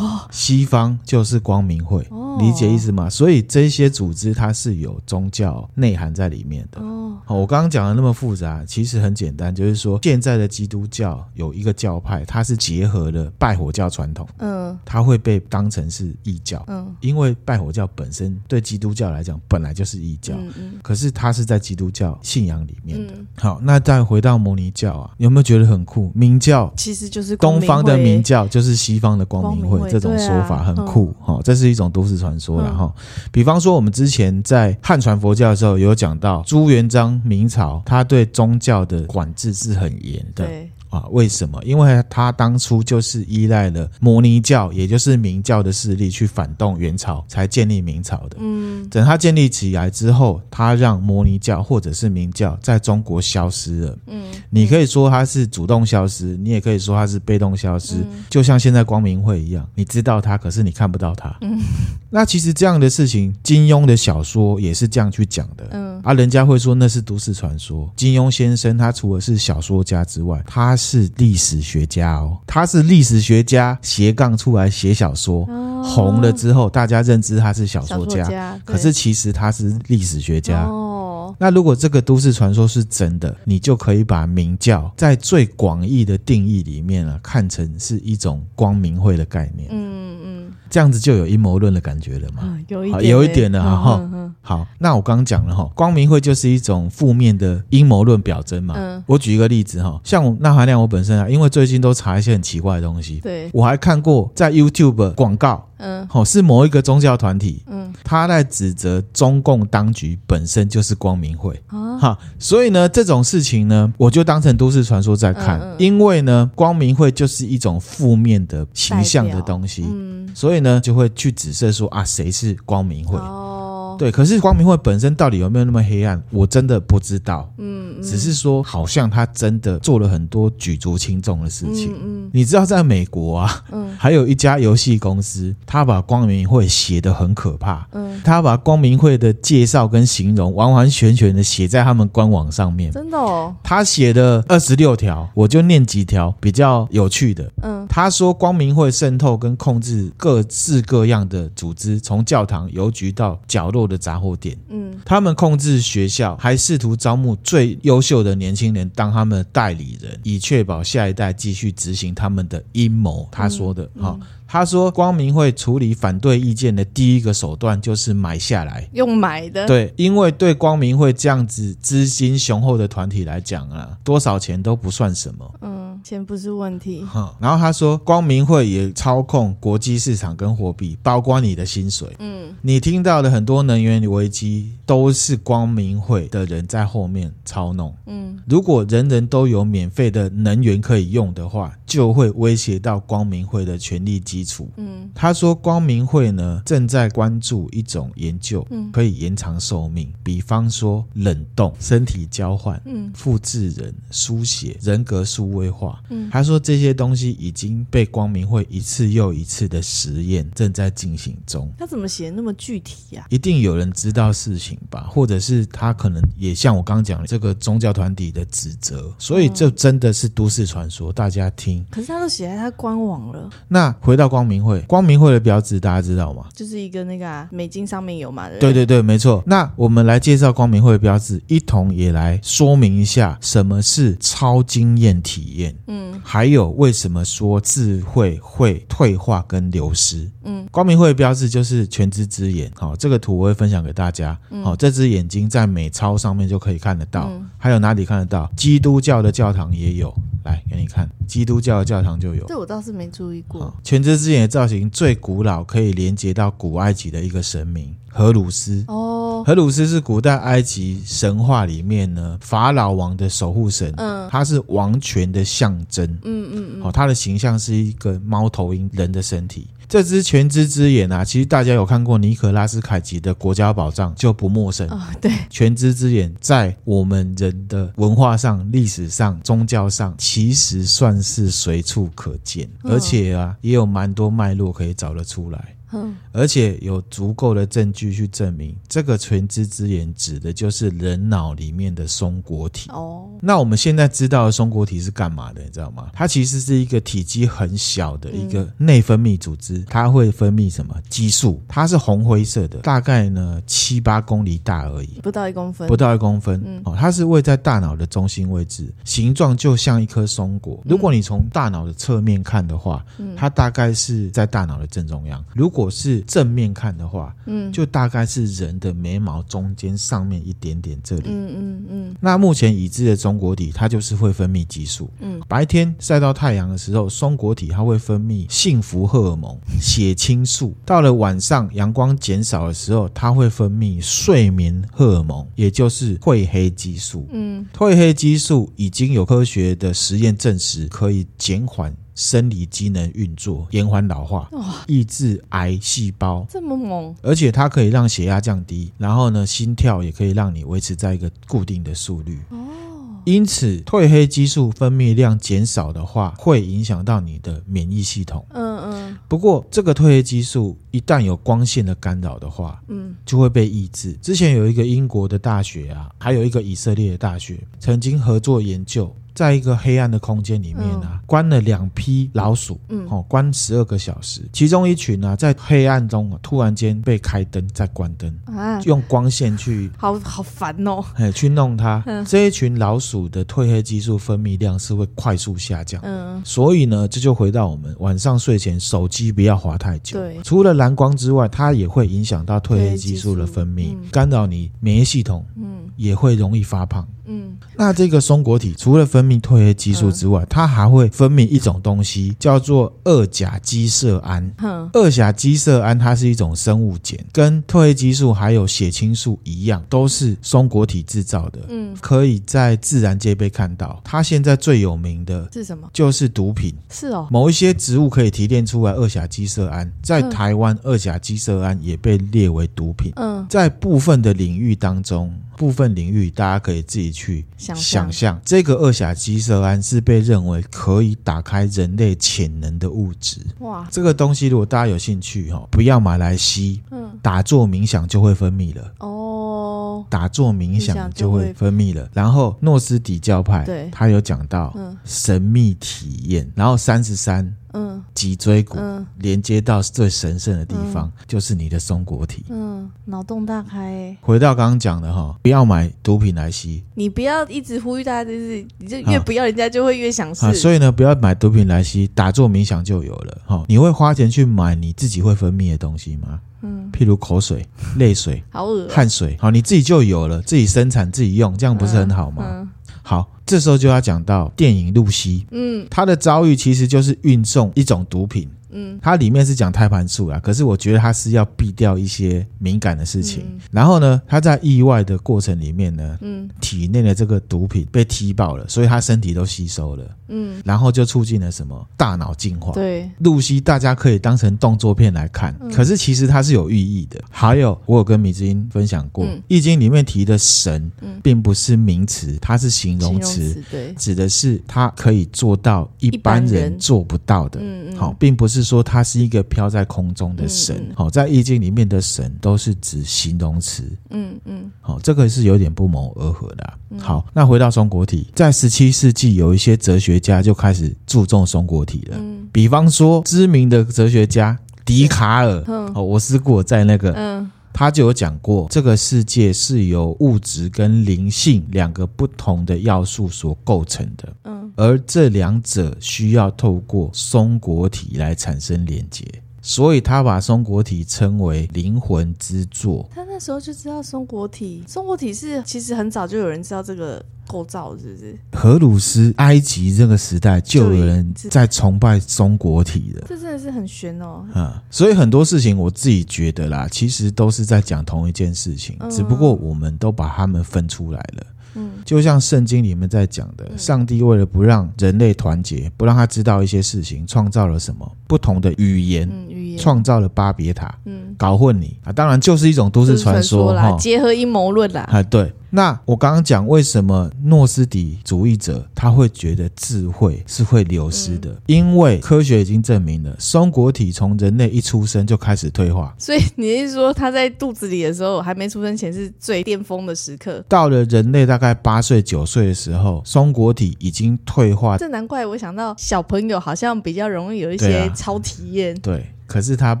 西方就是光明会。哦理解意思吗？所以这些组织它是有宗教内涵在里面的。哦，好，我刚刚讲的那么复杂，其实很简单，就是说现在的基督教有一个教派，它是结合了拜火教传统，嗯它会被当成是异教，嗯因为拜火教本身对基督教来讲讲本来就是异教，嗯嗯，可是它是在基督教信仰里面的。嗯好，那再回到摩尼教啊，有没有觉得很酷？明教其实就是光东明方的会民教就是西方的光明光会，明会这种说法对啊很酷哈、哦这是一种都市传说了嗯哈、比方说，我们之前在汉传佛教的时候有讲到，朱元璋明朝他对宗教的管制是很严的对，啊。为什么？因为他当初就是依赖了摩尼教，也就是明教的势力去反动元朝，才建立明朝的。嗯等他建立起来之后，他让摩尼教或者是明教在中国消失了。嗯你可以说它是主动消失，你也可以说它是被动消失，嗯就像现在光明会一样，你知道它，可是你看不到它。嗯 [laughs] 那其实这样的事情，金庸的小说也是这样去讲的。嗯啊，人家会说那是都市传说。金庸先生他除了是小说家之外，他是历史学家哦，他是历史学家斜杠出来写小说，哦红了之后大家认知他是小小说说家，家，可是其实他是历史学对家。哦，那如果这个都市传说是真的，你就可以把明教在最广义的定义里面啊，看成是一种光明会的概念，嗯嗯这样子就有阴谋论的感觉了嘛。啊，有一好点有一欸点了哈嗯哈嗯嗯好，那我刚刚讲了哈，光明会就是一种负面的阴谋论表征嘛。嗯我举一个例子哈，像我那含量我本身啊，因为最近都查一些很奇怪的东西，对，我还看过在 YouTube 广告，嗯哦，是某一个宗教团体，嗯他在指责中共当局本身就是光明会。啊，哈，所以呢，这种事情呢，我就当成都市传说在看，嗯嗯因为呢，光明会就是一种负面的形象的东西，嗯所以呢，就会去指涉说啊，谁是光明会？哦，对，可是光明会本身到底有没有那么黑暗，我真的不知道，嗯，嗯只是说好像他真的做了很多举足轻重的事情。嗯你知道，在美国啊，嗯还有一家游戏公司，他把光明会写得很可怕，嗯嗯，他把光明会的介绍跟形容完完全全的写在他们官网上面。真的哦，他写的二十六条，我就念几条比较有趣的。嗯他说，光明会渗透跟控制各式各样的组织，从教堂、邮局到角落的杂货店。嗯他们控制学校，还试图招募最优秀的年轻人当他们的代理人，以确保下一代继续执行他们的阴谋。他说的，哈、他说光明会处理反对意见的第一个手段就是买下来。用买的，对，因为对光明会这样子资金雄厚的团体来讲啊，多少钱都不算什么。嗯，钱不是问题，哼，然后他说，光明会也操控国际市场跟货币，包括你的薪水。嗯你听到的很多能源危机都是光明会的人在后面操弄。嗯如果人人都有免费的能源可以用的话，就会威胁到光明会的权力基础。嗯他说，光明会呢正在关注一种研究，嗯可以延长寿命，比方说冷冻、身体交换、嗯复制人、书写、人格数位化。嗯他说这些东西已经被光明会一次又一次的实验正在进行中。他怎么写得那么具体啊呀？一定有人知道事情吧，或者是他可能也像我刚刚讲的这个宗教团体的指责，所以这真的是都市传说，大家听。可是他都写在他官网了，那回到光明会，光明会的标志大家知道吗？就是一个那个啊，美金上面有嘛，对不对对，没错。那我们来介绍光明会的标志，一同也来说明一下什么是超经验体验，嗯还有为什么说智慧会退化跟流失。嗯光明会的标志就是全知之眼，好、这个图我会分享给大家。好、这只眼睛在美超上面就可以看得到，嗯还有哪里看得到？基督教的教堂也有，来给你看，基督教的教堂就有。这我倒是没注意过好，全知之眼的造型最古老，可以连接到古埃及的一个神明荷鲁斯。哦，荷鲁斯是古代埃及神话里面呢法老王的守护神，嗯他是王权的象征。嗯嗯哦，他的形象是一个猫头鹰人的身体。这只全知之眼啊，其实大家有看过尼可拉斯凯奇的《国家宝藏》就不陌生。嗯，啊对，全知之眼在我们人的文化上、历史上、宗教上，其实算是随处可见，嗯而且啊，也有蛮多脉络可以找得出来。嗯而且有足够的证据去证明，这个全知之眼指的就是人脑里面的松果体。哦，那我们现在知道的松果体是干嘛的，你知道吗？它其实是一个体积很小的一个内分泌组织，它会分泌什么激素？它是红灰色的，大概呢七八公厘大而已。不到一公分不，到一公分、嗯哦，它是位在大脑的中心位置，形状就像一颗松果。如果你从大脑的侧面看的话，嗯它大概是在大脑的正中央。如果是正面看的话，嗯就大概是人的眉毛中间上面一点点这里。嗯嗯嗯那目前已知的中国体，它就是会分泌激素。嗯，白天晒到太阳的时候，松果体它会分泌幸福荷尔蒙、血清素；到了晚上阳光减少的时候，它会分泌睡眠荷尔蒙，也就是褪黑激素。嗯褪黑激素已经有科学的实验证实，可以减缓生理机能运作，延缓老化，抑制癌细胞。这么猛，而且它可以让血压降低，然后呢，心跳也可以让你维持在一个固定的速率。哦因此，褪黑激素分泌量减少的话，会影响到你的免疫系统。嗯嗯不过，这个褪黑激素一旦有光线的干扰的话，嗯，就会被抑制。之前有一个英国的大学啊，还有一个以色列的大学，曾经合作研究，在一个黑暗的空间里面啊，关了两批老鼠，嗯哦，关十二个小时，其中一群啊，在黑暗中啊，突然间被开灯，再关灯，啊，用光线去。好好烦哦，哎，去弄它嗯，这一群老鼠的褪黑激素分泌量是会快速下降的。嗯所以呢，这就回到我们晚上睡前手机不要滑太久。对除了蓝光之外，它也会影响到褪黑激素的分褪黑泌激素，嗯干扰你免疫系统，嗯也会容易发胖。嗯，那这个松果体除了分泌褪黑激素之外，它还会分泌一种东西，叫做二甲基色胺。哼，二甲基色胺它是一种生物碱，跟褪黑激素还有血清素一样，都是松果体制造的，嗯，可以在自然界被看到。它现在最有名的是什么？就是毒品。是哦，某一些植物可以提炼出来二甲基色胺，在嗯台湾二甲基色胺也被列为毒品。嗯，在部分的领域当中，部分领域大家可以自己去想象想象，这个二甲基色胺是被认为可以打开人类潜能的物质。哇，这个东西如果大家有兴趣哈，不要买来吸，嗯，打坐冥想就会分泌了。哦，打坐冥冥想想就就会会分泌了。然后诺斯底教派，对他有讲到嗯神秘体验，然后三十三嗯脊椎骨嗯连接到最神圣的地方，就是你的松果体。嗯，脑洞大开欸，回到刚刚讲的哈，不要买毒品来吸你不要一直呼吁大家，就是你就啊越不要人家就会越想啊，试，所以呢，不要买毒品来吸，打坐冥想就有了哈。你会花钱去买你自己会分泌的东西吗？嗯，譬如口 [laughs] 水、泪水、好恶哦，汗水，好，你自己就有了，自己生产自己用，这样不是很好吗？嗯好，这时候就要讲到电影露西，嗯她的遭遇其实就是运送一种毒品，嗯它里面是讲胎盘素啦，可是我觉得它是要避掉一些敏感的事情。嗯然后呢，他在意外的过程里面呢，嗯体内的这个毒品被踢爆了，所以他身体都吸收了，嗯，然后就促进了什么大脑进化。对，露西，大家可以当成动作片来看，嗯可是其实它是有寓意的。还有，我有跟米之音分享过，嗯易经》里面提的神，嗯并不是名词，它是形形容容词，词对，指的是它可以做到一般一般人人做不到的。嗯嗯，好，，并不是说它是一个飘在空中的神嗯。嗯好、在易经里面的神都是指形容词。嗯嗯好、这个是有点不谋而合的啊、好，那回到松果体，在十七世纪，有一些哲学家就开始注重松果体了。嗯比方说，知名的哲学家笛卡尔，嗯哦，我思故我在那个，嗯他就有讲过，这个世界是由物质跟灵性两个不同的要素所构成的。嗯，而这两者需要透过松果体来产生连接，所以他把松果体称为灵魂之作。他那时候就知道松果体，松果体是其实很早就有人知道这个构造，是不是？荷鲁斯埃及这个时代就有人对在崇拜松果体了。这真的是很玄哦。啊、所以很多事情我自己觉得啦，其实都是在讲同一件事情，嗯只不过我们都把它们分出来了。嗯就像圣经里面在讲的，上帝为了不让人类团结，不让他知道一些事情，创造了什么不同的语言，嗯，语言，创造了巴别塔，嗯，搞混你啊，当然就是一种都都市传说啦，哈。结合阴谋论啦。啊，对。那我刚刚讲为什么诺斯底主义者他会觉得智慧是会流失的，嗯因为科学已经证明了松果体从人类一出生就开始退化，所以你是说他在肚子里的时候，还没出生前是最巅峰的时刻？到了人类大概八岁九岁的时候，松果体已经退化。这难怪我想到小朋友好像比较容易有一对些啊超体验，对，可是他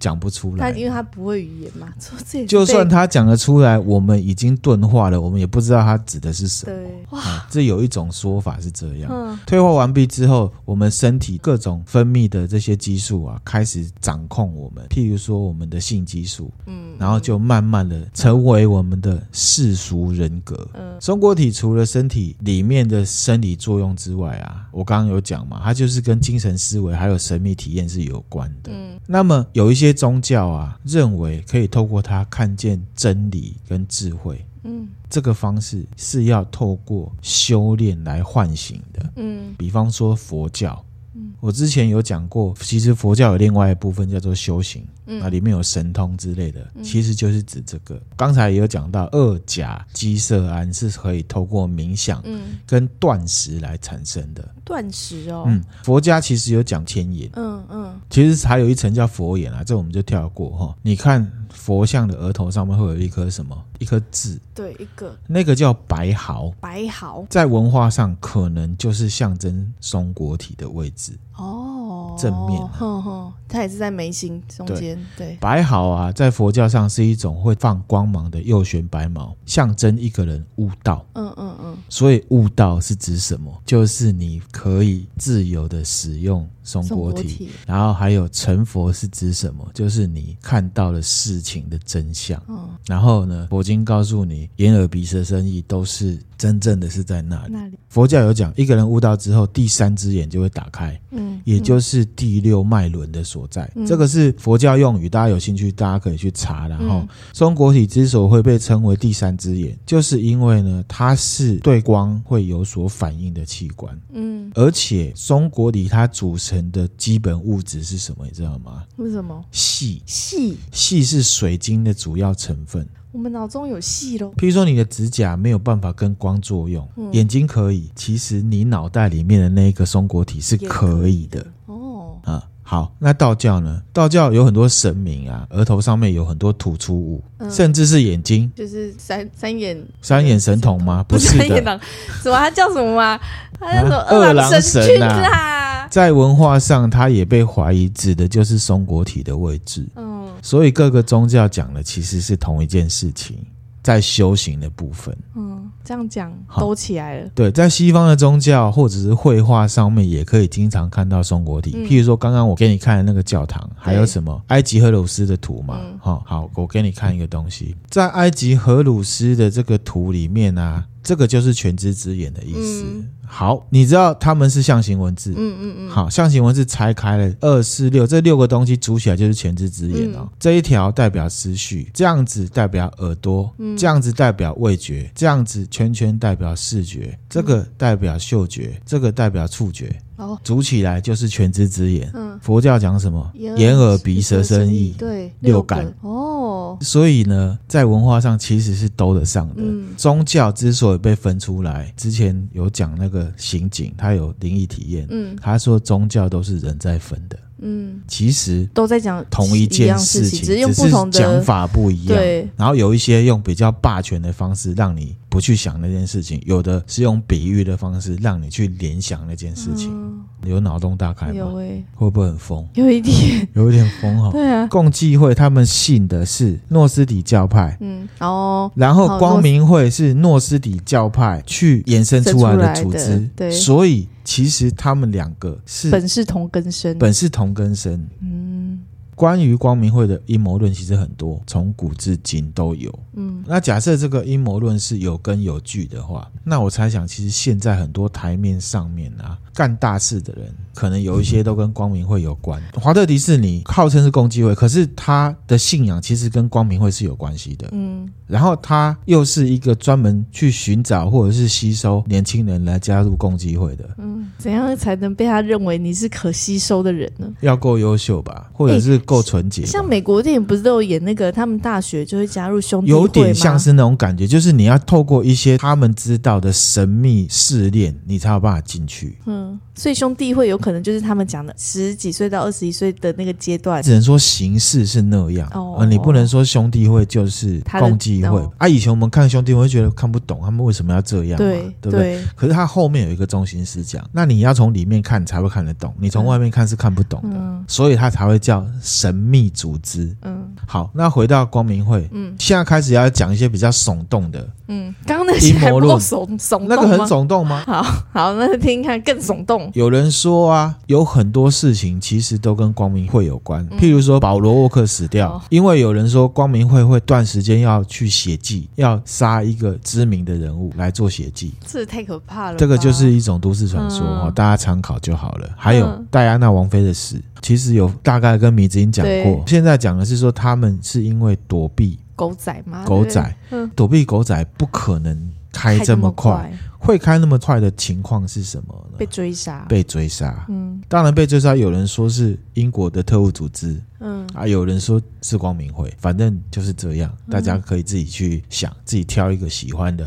讲不出他来。因为他不会语言嘛，说这也是就算被他讲得出来，我们已经钝化了，我们也不知道他指的是什么。对哇，啊，这有一种说法是这样。嗯退化完毕之后，我们身体各种分泌的这些激素啊，开始掌控我们。譬如说我们的性激素，嗯然后就慢慢的成为我们的世俗人格。嗯松果体除了身体里面的生理作用之外啊，我刚刚有讲嘛，它就是跟精神思维还有神秘体验是有关的。嗯那么有一些宗教啊，认为可以透过它看见真理跟智慧。嗯这个方式是要透过修炼来唤醒的。嗯比方说佛教，嗯我之前有讲过，其实佛教有另外一部分叫做修行，嗯啊，里面有神通之类的，其实就是指这个。刚才也有讲到，二甲基色胺是可以透过冥想嗯，跟断食来产生的。断食哦，嗯，佛家其实有讲天眼，嗯嗯其实还有一层叫佛眼啊，这我们就跳过哈。你看佛像的额头上面会有一颗什么？一颗痣，对，一个那个叫白毫。白毫在文化上，可能就是象征松果体的位置。哦，正面啊哼哼，它也是在眉心中间，对，白毫啊，在佛教上是一种会放光芒的右旋白毛，象征一个人悟道。嗯嗯嗯，所以悟道是指什么？就是你可以自由的使用松松果果体。体然后还有成佛是指什么？就是你看到了事情的真相。嗯然后呢，佛经告诉你，眼耳鼻舌身意都是真正的是在那里。那里，佛教有讲，一个人悟道之后，第三只眼就会打开。嗯，也就是第六脉轮的所在。嗯这个是佛教用语，大家有兴趣，大家可以去查啦。然后、嗯松果体之所以会被称为第三只眼，就是因为呢，它是对光会有所反应的器官。嗯，而且松果体它组成的基本物质是什么？你知道吗？为什么细，细？细是水晶的主要成分。我们脑中有细咯，譬如说，你的指甲没有办法跟光作用，嗯眼睛可以，其实你脑袋里面的那一个松果体是也可可以的。哦，啊。好，那道教呢？道教有很多神明啊，额头上面有很多突出物，嗯甚至是眼睛。就是三三眼三眼神童吗？不是三眼的，狼，什么？它叫什么啊？它叫什么？啊二郎去神啊啦，在文化上，它也被怀疑指的就是松果体的位置。嗯所以各个宗教讲的其实是同一件事情，在修行的部分。嗯，这样讲好兜起来了，对，在西方的宗教或者是绘画上面，也可以经常看到松果体。嗯譬如说，刚刚我给你看的那个教堂，还有对什么埃及荷鲁斯的图嘛？嗯好、好，我给你看一个东西，在埃及荷鲁斯的这个图里面啊，这个就是全知之眼的意思。嗯好，你知道他们是象形文字。嗯嗯嗯，好，象形文字拆开了二四六这六个东西组起来就是全知之眼哦。嗯这一条代表思绪，这样子代表耳朵，嗯这样子代表味觉，这样子圈圈代表视嗯觉，这个代表嗅觉，这个代表触觉，哦，组起来就是全知之眼。嗯，佛教讲什么？眼耳鼻舌身意。对，六个感哦，所以呢，在文化上其实是兜得上的。嗯宗教之所以被分出来，之前有讲那个刑警，他有灵异体验，嗯他说宗教都是人在分的。嗯，其实都在讲同一件样事情，情，只只是用不同的讲，法不一样。对然后有一些用比较霸权的方式让你不去想那件事情，有的是用比喻的方式让你去联想那件事情。嗯有脑洞大开吗有？诶，会不会很疯？有一点，有一点疯 [laughs] 哈、哦。对啊，共济会他们信的是诺斯底教派，嗯，然后然后好光明会是诺斯底教派去衍生出来的组生出来织的，对所以其实他们两个是本是同根生，本是同根生，嗯关于光明会的阴谋论其实很多，从古至今都有。嗯那假设这个阴谋论是有根有据的话，那我猜想，其实现在很多台面上面啊，干大事的人，可能有一些都跟光明会有关。华特迪士尼号称是共济会，可是他的信仰其实跟光明会是有关系的。嗯然后他又是一个专门去寻找或者是吸收年轻人来加入共济会的，嗯，怎样才能被他认为你是可吸收的人呢？要够优秀吧，或者是够纯洁吧。像美国电影不是都有演那个，他们大学就会加入兄弟会吗？有点像是那种感觉，就是你要透过一些他们知道的神秘试炼，你才有办法进去。嗯，所以兄弟会有可能就是他们讲的十几岁到二十一岁的那个阶段，只能说形式是那样，哦呃，你不能说兄弟会就是他的共济会哦啊。以前我们看兄弟会觉得看不懂，他们为什么要这样嘛，对对不对？可是他后面有一个中心思想，那你要从里面看才会看得懂，你从外面看是看不懂的，嗯所以他才会叫神秘组织。嗯好，那回到光明会，嗯现在开始要讲一些比较耸动的，嗯，刚刚那些还不阴谋够论耸耸动吗那个很耸动吗？好好，那听听看更耸动。有人说啊，有很多事情其实都跟光明会有关，譬如说保罗沃克死掉，嗯哦因为有人说光明会会段时间要去血祭，要杀一个知名的人物来做血祭，这也太可怕了吧。这个就是一种都市传说嗯哦，大家参考就好了。还有嗯戴安娜王妃的事，其实有大概跟米子英讲对过，现在讲的是说他们是因为躲避狗仔吗？狗对仔，嗯躲避狗仔不可能开这么快，快，会开那么快的情况是什么呢被？追杀。被追杀。嗯当然被追杀，有人说是英国的特务组织嗯啊，有人说是光明会，反正就是这样，大家可以自己去想，自己挑一个喜欢 [laughs] 的。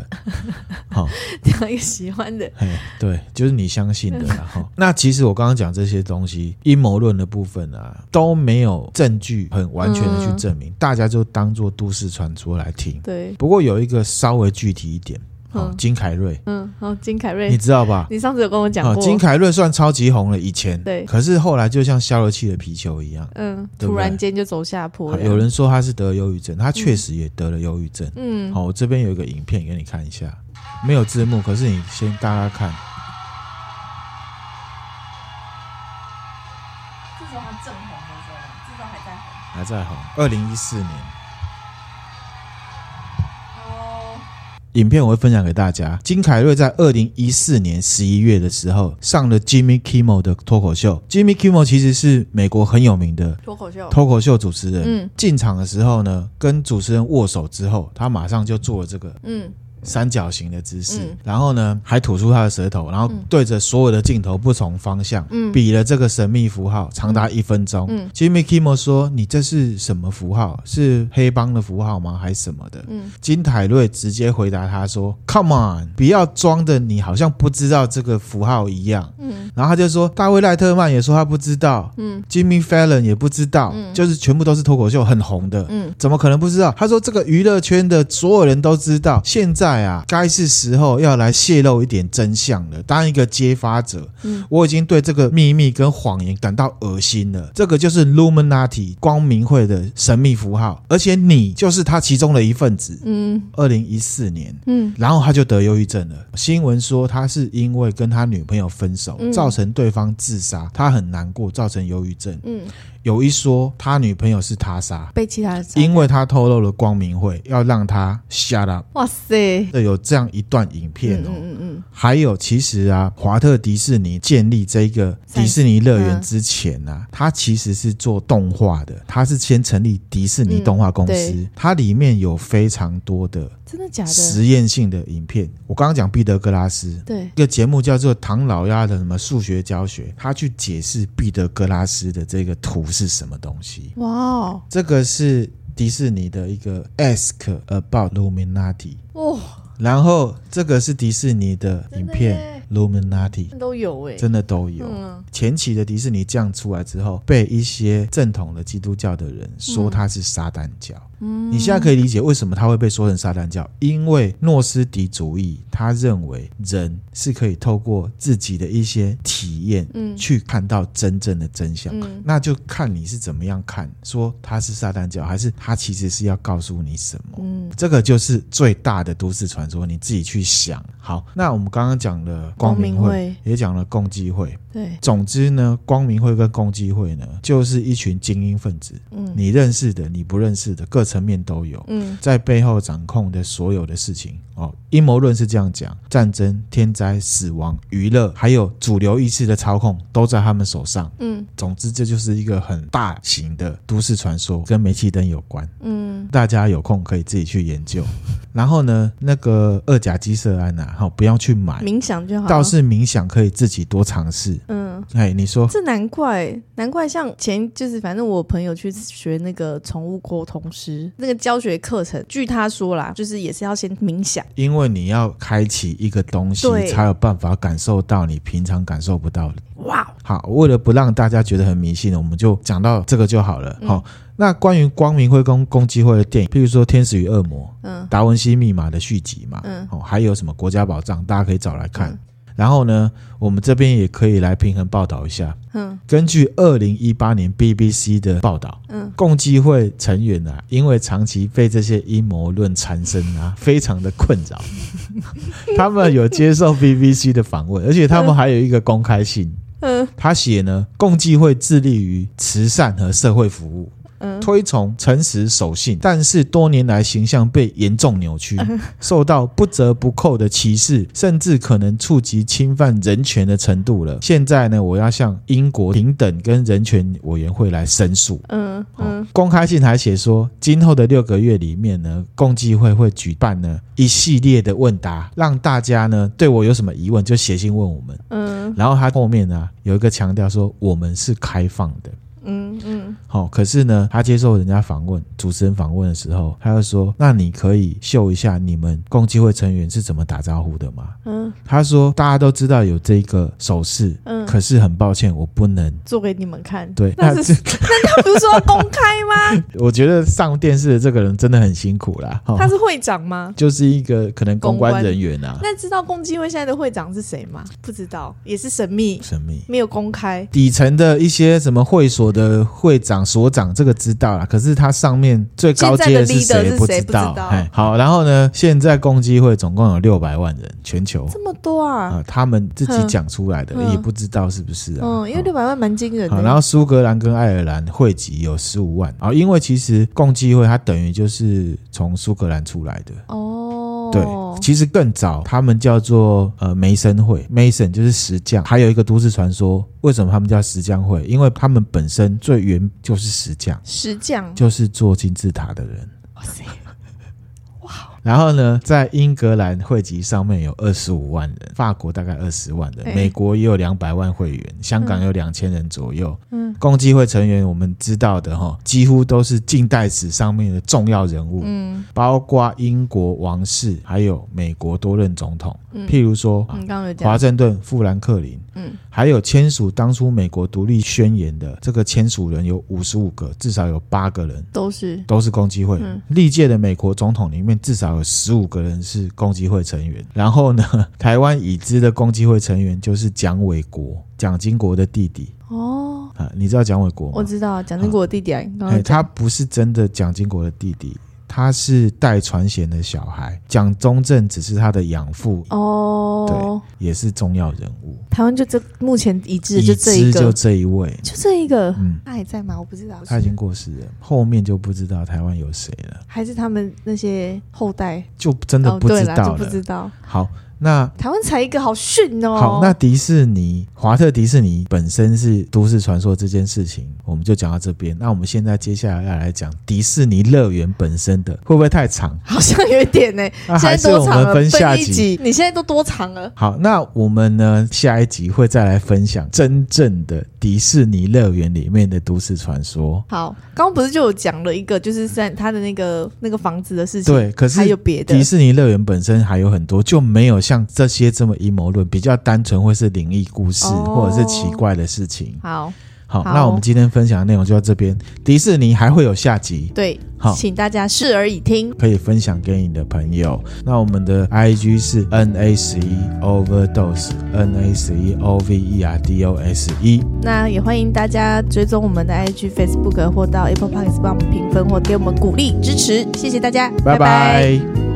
好、挑一个喜欢的，嘿，对，就是你相信的啦。嗯哈，那其实我刚刚讲这些东西，阴谋论的部分啊，都没有证据很完全的去证嗯明，大家就当做都市传说来听。对，不过有一个稍微具体一点，哦嗯，金凯瑞，嗯，好，金凯瑞你，知道吧？你上次有跟我讲啊，过，金凯瑞算超级红了，以前对可是后来就像消了气的皮球一样。嗯，对不对突然间就走下坡了，有人说他是得了忧郁症，他确实也得了忧郁症。嗯，好，我这边有一个影片给你看一下，没有字幕，可是你先大家看。这时候他正红的时候，这时候还在红，还在红。二零一四年，哦，影片我会分享给大家。金凯瑞在二零一四年十一月的时候上了 Jimmy Kimmel 的脱口秀。Jimmy Kimmel 其实是美国很有名的脱口秀，脱口秀主持人。嗯进场的时候呢，跟主持人握手之后，他马上就做了这个嗯，三角形的姿势，嗯然后呢还吐出他的舌头，然后对着所有的镜头不同方向、嗯比了这个神秘符号，长达一分钟。嗯 Jimmy Kimmel 说：“你这是什么符号？是黑帮的符号吗？还是什么的？”嗯金凯瑞直接回答他说：“Come on，不要装的，你好像不知道这个符号一样。”嗯，然后他就说，大卫赖特曼也说他不知道，嗯，Jimmy Fallon 也不知道，就是全部都是脱口秀很红的，嗯，怎么可能不知道？他说这个娱乐圈的所有人都知道，现在啊，该是时候要来泄露一点真相了。当一个揭发者，嗯，我已经对这个秘密跟谎言感到恶心了。这个就是 Luminati 光明会的神秘符号，而且你就是他其中的一份子。嗯二零一四年，嗯然后他就得忧郁症了。新闻说他是因为跟他女朋友分手，嗯造成对方自杀，他很难过，造成忧郁症。嗯，有一说他女朋友是他杀，被其他人杀，因为他透露了光明会，要让他 shut up。哇塞，这有这样一段影片嗯哦。嗯嗯还有，其实啊，华特迪士尼建立这个迪士尼乐园之前嗯啊，它其实是做动画的，它是先成立迪士尼动画公司，嗯对它里面有非常多的嗯，真的假的？实验性的影片。我刚刚讲毕德哥拉斯，对，一个节目叫做《唐老鸭的什么数学教学》，他去解释毕德哥拉斯的这个图是什么东西。哇哦，这个是迪士尼的一个 Ask About Luminati，哇，然后这个是迪士尼的影片 Luminati，都有哎，真的都有。嗯前期的迪士尼这样出来之后，被一些正统的基督教的人说他是撒旦教。嗯，你现在可以理解为什么他会被说成撒旦教，因为诺斯底主义他认为人是可以透过自己的一些体验嗯去看到真正的真相。嗯那就看你是怎么样看，说他是撒旦教，还是他其实是要告诉你什么？嗯这个就是最大的都市传说，你自己去想。好，那我们刚刚讲了光明光会，明会也讲了共济会。对，总之呢，光明会跟共济会呢，就是一群精英分子，嗯你认识的、你不认识的，各层面都有。嗯在背后掌控的所有的事情哦，阴谋论是这样讲：战争、天灾、死亡、娱乐，还有主流意识的操控，都在他们手上。嗯总之，这就是一个很大型的都市传说，跟煤气灯有关。嗯大家有空可以自己去研究。然后呢，那个二甲基色胺啊，好、不要去买，冥想就好，倒是冥想可以自己多尝试。嗯。哎，你说这难怪，难怪像前就是反正我朋友去学那个宠物沟通师那个教学课程，据他说啦，就是也是要先冥想，因为你要开启一个东西，对才有办法感受到你平常感受不到的。哇，哦好，为了不让大家觉得很迷信，我们就讲到这个就好了。嗯好、那关于光明会跟共济会的电影，譬如说《天使与恶魔》、嗯达文西密码的续集嘛，嗯哦，还有什么《国家宝藏》，大家可以找来看。然后呢，我们这边也可以来平衡报道一下。嗯根据二零一八年 BBC 的报道，嗯，共济会成员啊，因为长期被这些阴谋论缠身 [laughs] 啊，非常的困扰。 [laughs] 他们有接受 BBC 的访问，而且他们还有一个公开信。嗯他写呢，共济会致力于慈善和社会服务，嗯，推崇诚实守信，但是多年来形象被严重扭曲，嗯受到不折不扣的歧视，甚至可能触及侵犯人权的程度了。现在呢，我要向英国平等跟人权委员会来申诉。嗯哦嗯，公开信还写说，今后的六个月里面呢，共济会会举办呢一系列的问答，让大家呢对我有什么疑问就写信问我们。嗯然后他后面呢有一个强调说，我们是开放的。嗯嗯好、可是呢，他接受人家访问，主持人访问的时候，他就说：“那你可以秀一下你们共济会成员是怎么打招呼的吗嗯？”他说：“大家都知道有这个手势，嗯，可是很抱歉，我不能。做给你们看”。对，那那是这 [laughs] 他 [laughs] 不是说要公开吗？我觉得上电视的这个人真的很辛苦啦。哈、他是会长吗？就是一个可能公公关关人员啊，那知道共济会现在的会长是谁吗？不知道，也是神秘，神秘。没有公开。底层的一些什么会所的会长、所长，这个知道啦。可是他上面最高阶是现在的谁 leader 是谁知道不知道啊哎，好，然后呢，现在共济会总共有六百万人，全球这么多啊、啊？他们自己讲出来的，嗯也不知道是不是啊。嗯，因为六百万蛮惊人好，的。然后苏格兰跟爱尔兰汇集有十五万啊、因为其实共济会它等于就是从苏格兰出来的。哦，对，其实更早，他们叫做呃梅森会，Mason 就是石匠，还有一个都市传说，为什么他们叫石匠会？因为他们本身最原就是石匠，石匠，就是做金字塔的人。哇塞，然后呢，在英格兰汇集上面有二十五万人，法国大概二十万人，哎美国也有两百万会员，香港有两千人左右。嗯共济会成员我们知道的哈，几乎都是近代史上面的重要人物。嗯包括英国王室，还有美国多任总统，嗯譬如说、嗯，刚刚有讲华，盛顿、富兰克林，嗯还有签署当初美国独立宣言的这个签署人有五十五个，至少有八个人都是都是共济会嗯。历届的美国总统里面，至少有十五个人是共济会成员。然后呢， [laughs] 台湾已知的共济会成员就是蒋纬国，蒋经国的弟弟哦，啊，你知道蒋纬国吗？我知道，蒋经国的弟弟啊，刚哎，刚他不是真的蒋经国的弟弟，他是戴传贤的小孩，蒋中正只是他的养父，哦，也是重要人物。台湾就这目前已知的已就这一知个就，这一位，就这一个，嗯，他还在吗？我不知道，他已经过世了，后面就不知道台湾有谁了，还是他们那些后代，就真的哦，不对知啦，就道不了。知道，好，那。台湾才一个，好逊哦。好，那迪士尼，华特迪士尼本身是都市传说这件事情，我们就讲到这边。那我们现在接下来要来讲迪士尼乐园本身的，会不会太长？ [laughs] 好像有一点呢、那啊还现在是多我长们了？分下一集集，你现在都多长了？好，那我们呢下一集会再来分享真正的迪士尼乐园里面的都市传说。好，刚刚不是就有讲了一个，就是在他的那个那个房子的事情，对，可是还有别的迪，士尼乐园本身还有很多，就没有像这些这么阴谋论，比较单纯会是灵异故事、哦或者是奇怪的事情。好，好，好那我们今天分享的内容就到这边。迪士尼还会有下集，对好，请大家视而以听。可以分享给你的朋友。那我们的 I G 是 N A 十一 Overdose N A 十一 O V E R D O S E。那也欢迎大家追踪我们的 IG、Facebook 或到 Apple Podcast 帮我们评分或给我们鼓励支持，谢谢大家，拜拜拜